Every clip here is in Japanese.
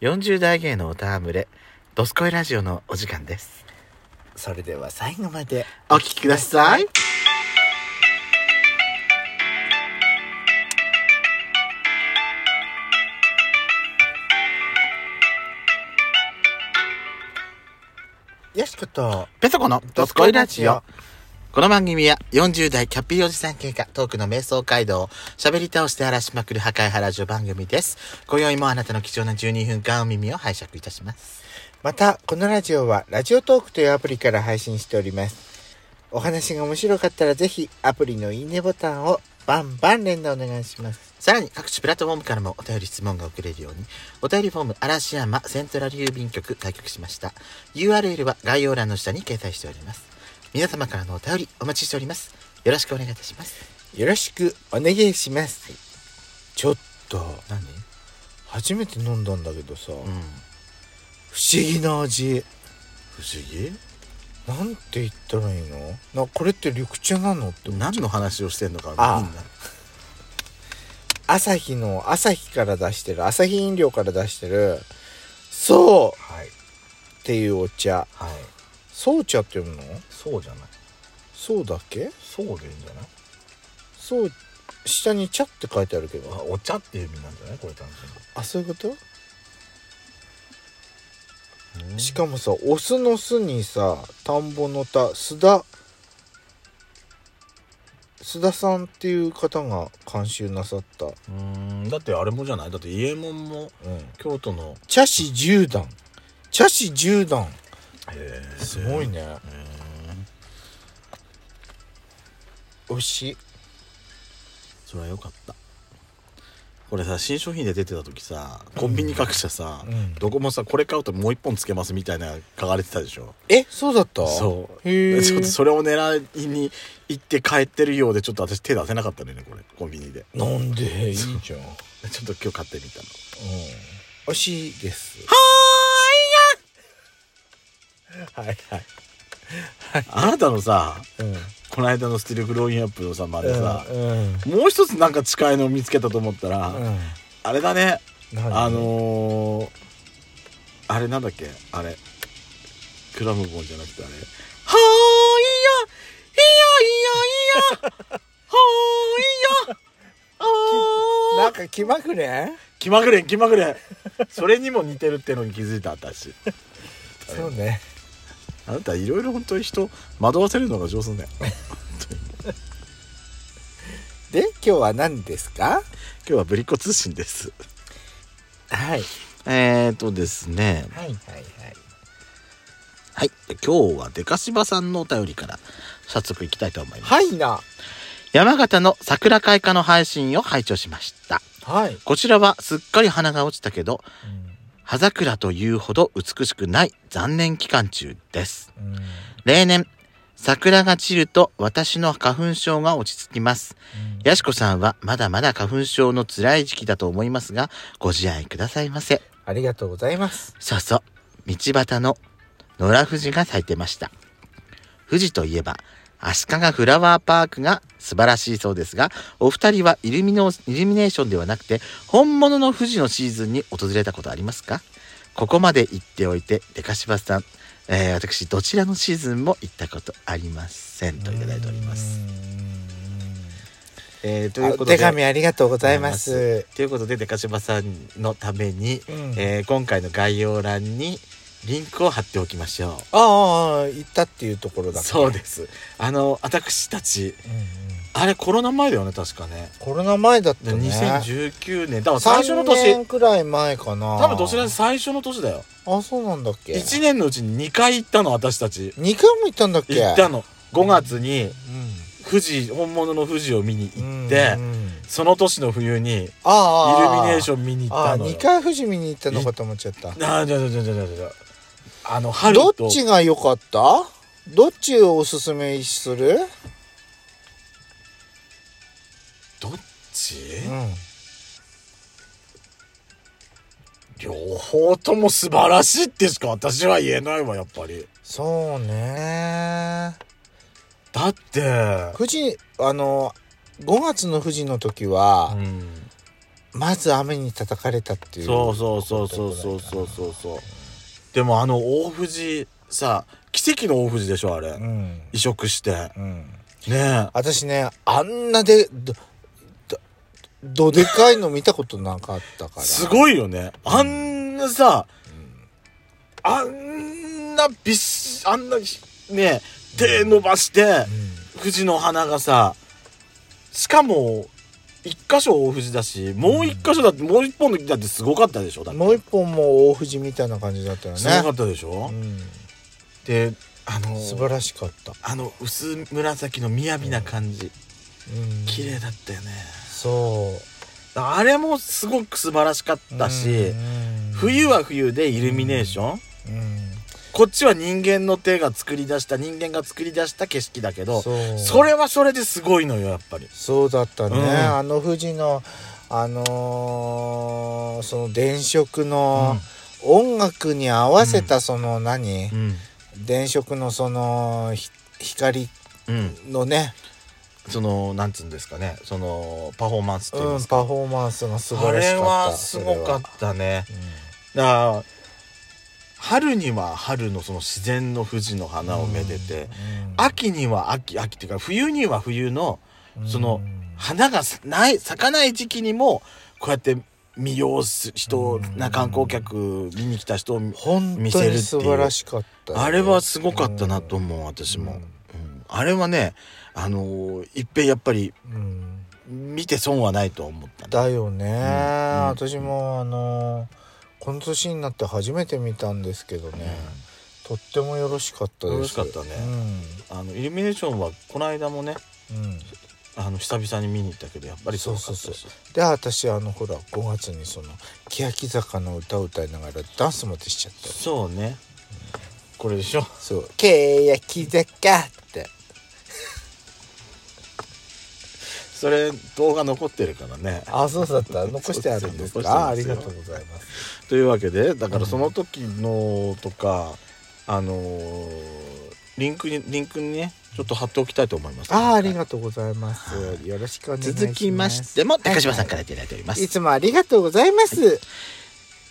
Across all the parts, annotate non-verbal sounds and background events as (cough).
40代芸のおたわむれドスコイラジオのお時間ですそれでは最後までお聞きくださいよしことペソコのドスコイラジオこの番組は40代キャッピーおじさん系がトークの瞑想街道を喋り倒して荒らしまくる破壊原ラジオ番組です今宵もあなたの貴重な12分間お耳を拝借いたしますまたこのラジオはラジオトークというアプリから配信しておりますお話が面白かったらぜひアプリのいいねボタンをバンバン連打お願いしますさらに各種プラットフォームからもお便り質問が送れるように、お便りフォーム嵐山セントラル郵便局対局しました。URL は概要欄の下に掲載しております。皆様からのお便りお待ちしております。よろしくお願いいたします。よろしくお願いします、ちょっと何初めて飲んだんだけどさ、うん。不思議な味不思議なんて言ったらいいのなこれって緑茶なのって何の話をしてんのかあみあんな。朝日の朝日から出してる朝日飲料から出してるそうはい。っていうお茶はい。そう茶って読むのそうじゃないそうだっけそうでいいんじゃないそう下に茶って書いてあるけどお茶っていう意味なんじゃないこれ単あそういうこと、純に。しかもさお酢の酢にさ田んぼの田須田須田さんっていう方が監修なさった、うん、うん、だってあれもじゃないだって伊右衛門も京都の。茶師十段茶師十段えー、すごい。ね、美味しいそれは良かったこれさ新商品で出てた時さコンビニ各社さ、うんどこもさこれ買うともう一本つけますみたいな書かれてたでしょえそうだったそうへえちょっとそれを狙いに行って帰ってるようでちょっと私手出せなかったのよねこれコンビニでなんでいいじゃん、うん、ちょっと今日買ってみたの美味しいですはいはいあなたのさうんこの間のスティルグローインアップのさまでさ、うんもう一つなんか近いのを見つけたと思ったら、うんあれだね何あのー、あれなんだっけあれクラムボンじゃなくてあれはーいやいやいやいや (laughs) はーいやあなんか気まぐれー気まぐれん気まぐれんそれにも似てるってのに気づいた私そうねあなたいろいろ本当に人惑わせるのが上手ね今で今日は何ですか日はぶりっ子通信ですはいえーとですねはいはいはいはい今日はデカシバさんのお便りから早速いきたいと思いますはいな山形の桜開花の配信を拝聴しましたはい、こちらはすっかり花が落ちたけど葉桜というほど美しくない残念期間中ですうん例年桜が散ると私の花粉症が落ち着きますやしこさんはまだまだ花粉症の辛い時期だと思いますがご自愛くださいませありがとうございますそうそう道端の野良富士が咲いてました富士といえば足利フラワーパークが素晴らしいそうですがお二人はイルミノイルミネーションではなくて本物の富士のシーズンに訪れたことありますかここまで言っておいてデカシバさん、えー私どちらのシーズンも行ったことありませんといただいております、えーとといいううこことで手紙ありがとうございますということでデカシバさんのために、うんえー今回の概要欄にリンクを貼っておきましょうああ行ったっていうところだそうす、ですあの私たちうんうんあれコロナ前だよね確かねコロナ前だったでね2019年だから最最初の初の年年くらい前かな多分どちらに最初の年だよあそうなんだっけ1年のうちに2回行ったの私たち二回も行ったんだっけ行ったの5月にうん富士本物の富士を見に行って、うんうんその年の冬にイルミああネーションョン見に行っあたあのよ二回富士見に行ったのかと思っちゃったあじゃあじゃあじゃあじゃあじゃああの春どとっちが良かったどっちをおすすめする、どっちうん、両方とも素晴らしいってしか私は言えないわやっぱりそうねだって富士あの5月の富士の時は、うんまず雨に叩かれたっていうそうそうそうそうそうそうそうそうでもあの大藤さ奇跡の大藤でしょあれ、うん移植してうんね私ねあんなでどどどでかいの見たことなかったかえらすい、ごいよねあんなさ、あんなびっしあんなひね手伸ばして藤の花がさしかも一箇所大藤だしもう一箇所だって、もう一本の木だってすごかったでしょだうっんてもう一本も大藤みたいな感じだったよねすごかったでしょ、うん、であの素晴らしかった、あの薄紫の雅な感じ、うん、綺麗だったよねそうあれもすごく素晴らしかったし、うん冬、は冬でイルミネーション、うん、こっちは人間の手が作り出した人間が作り出した景色だけどそそうれはそれですごいのよやっぱりそうだったね、うんあの富士のあのーその電飾の音楽に合わせたその何、うん電飾のそのひ光うんのね、そのなんつうんですかねそのパフォーマンスってういんうの、すパフォーマンスが素あ晴らしれかったはすごかっそたねれはだから春には春のその自然の富士の花をめでて、うんうん秋には秋秋っていうか冬には冬のうんその花がさない咲かない時期にもこうやって見ようす人をうんな観光客見に来た人を本見当せるっていにう素晴らしかったよ、あれはすごかったなと思う私うもん、うんあれはねあのーいっぺんやっぱりうん見て損はないと思ったねだよね、ん私もあのこの年になって初めて見たんですけどね、とってもよろしかったですよろしかったねあのイルミネーションはこの間もねうん、うん、あの久々に見に行ったけどやっぱりそうかったしそうそうで私あのほら5月にその欅坂の歌を歌いながらダンスまでしちゃったよそうねこれでしょそう「欅坂」ってそれ動画残ってるからねあそうだった残してあるんですそうそうそうかあありがとうございますというわけでだからその時のとか、あのーリンクにリンクにねちょっと貼っておきたいと思いますああありがとうございますよろしくお願いします、続きましても高島さんかららいただいておりまはす、いいつもありがとうございます、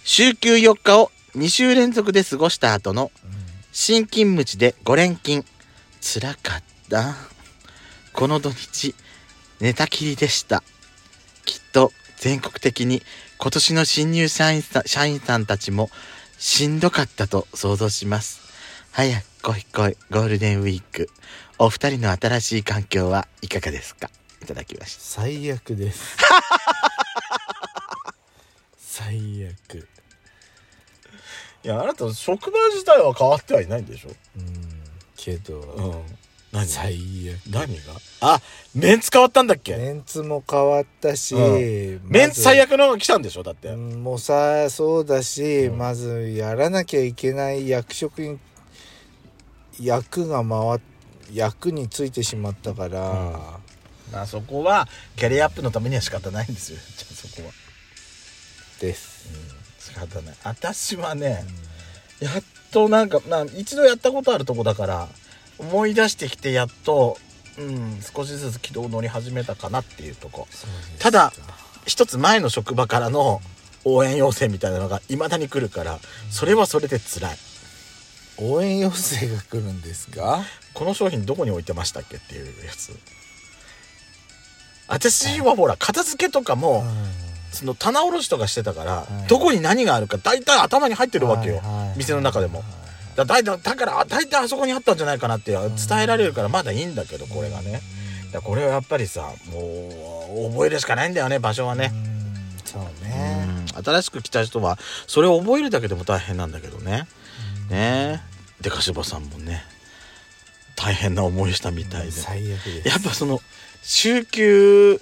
週休4日を2週連続で過ごした後の新勤務地で5連勤つらかったこの土日寝たきりでしたきっと全国的に今年の新入社員さん社員さんたちもしんどかったと想像します早く来い来いゴールデンウィークお二人の新しい環境はいかがですかいただきました最悪です最悪いやあなた職場自体は変わってはいないんでしょうんけど、うん何最悪何があメンツ変わったんだっけ、メンツも変わったし、うまずメンツ最悪のが来たんでしょだって、うんもうさそうだし、うんまずやらなきゃいけない役職に役が回っ役についてしまったから、あそこはキャリアアップのためには仕方ないんですよじゃあそこはです、仕方ない私はね、やっとなんかな一度やったことあるとこだから思い出してきてやっとうん少しずつ軌道乗り始めたかなっていうとこただ一つ前の職場からの応援要請みたいなのが未だに来るからそれはそれで辛い応援要請が来るんですかこの商品どこに置いてましたっけっていうやつ私はほら片付けとかも、その棚卸しとかしてたから、はいどこに何があるか大体頭に入ってるわけよ、はいはい店の中でも、だだいだだからあ大体あそこにあったんじゃないかなって伝えられるからまだいいんだけどこれがね、だこれはやっぱりさもう覚えるしかないんだよね場所はうね、んそうね、うん新しく来た人はそれを覚えるだけでも大変なんだけどねねえでかしばさんもね大変な思いしたみたいで、最悪ですやっぱその週休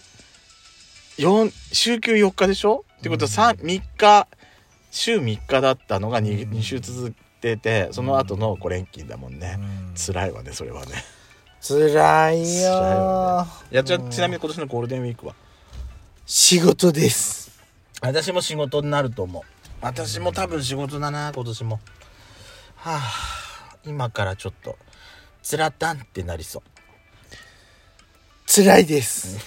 4週休4日でしょってことは 3, 3日週3日だったのが 2, うん2週続いててその後の5連勤だもんねうん辛いわねそれはねつらいよ辛いわいやじゃあうんちなみに今年のゴールデンウィークは仕事です私も仕事になると思う私も多分仕事だな今年もはあ今からちょっとつらたんってなりそう辛いです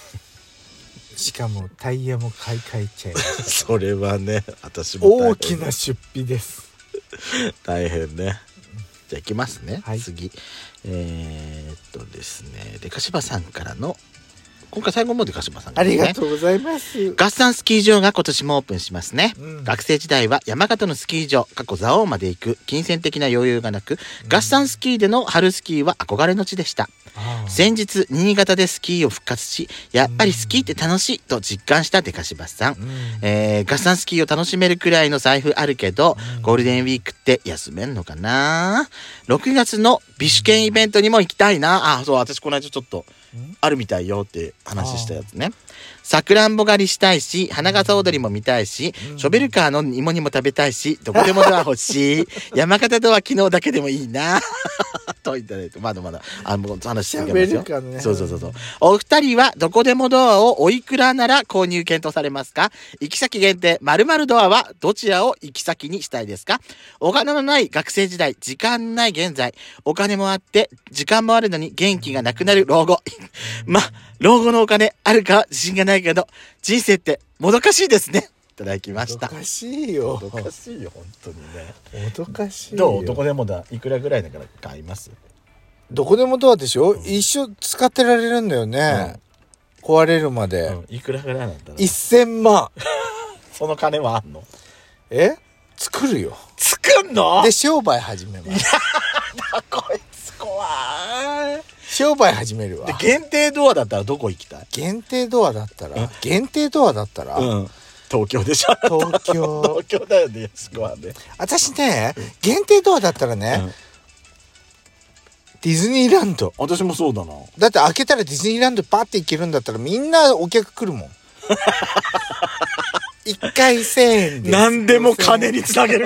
しかもタイヤも買い替えちゃいます (laughs) それはね私も大き変な出費です大変ねじゃあいきますね、はい次えー、っとですねでかしばさんからの今回最後もでかしばさんかあら、ね、りがとうございます合算スキー場が今年もオープンしますね、うん学生時代は山形のスキー場過去蔵王まで行く金銭的な余裕がなく合算スキーでの春スキーは憧れの地でしたああ先日新潟でスキーを復活しやっぱりスキーって楽しいと実感したデカシバさんうんえー、合算スキーを楽しめるくらいの財布あるけど、ゴールデンウィークって休めんのかな6月の美酒券イベントにも行きたいなあそう私この間ちょっとんあるみたいよって話したやつねさくらんぼ狩りしたいし花笠踊りも見たいし、うんショベルカーの芋にも食べたいしどこでもドア欲し (laughs) い山形ドア昨日だけでもいいな (laughs) といただいてまだまだあもう話しシてョいけまベすよルカーのねそうそうそうそう。お二人はどこでもドアをおいくらなら購入検討されますか行き先限定、〇〇ドアはどちらを行き先にしたいですかお金のない学生時代、時間ない現在、お金もあって、時間もあるのに元気がなくなる老後。 (laughs) ま、老後のお金あるかは自信がないけど、人生ってもどかしいですね。いただきまおしどた。かしいよもどかしいよ、本当にね。おどかしいよどうどこでもだ、いくらぐらいだから買いますどこでもドアでしょ、一生使ってられるんだよね、壊れるまで、うん、いくらぐらいなんだろう1000万その金はあんのえ作るよ作んので商売始めますこいつ怖い。商売始めるわで、限定ドアだったらどこ行きたい限定ドアだったら限定ドアだったら、ん。東京でしょ (laughs) 東京東京だよね、安子はね。私ね限定ドアだったらね、うんディズニーランド私もそうだな。だって開けたらディズニーランドパッて行けるんだったらみんなお客来 (laughs) るもん一回1000円です何でも金につなげる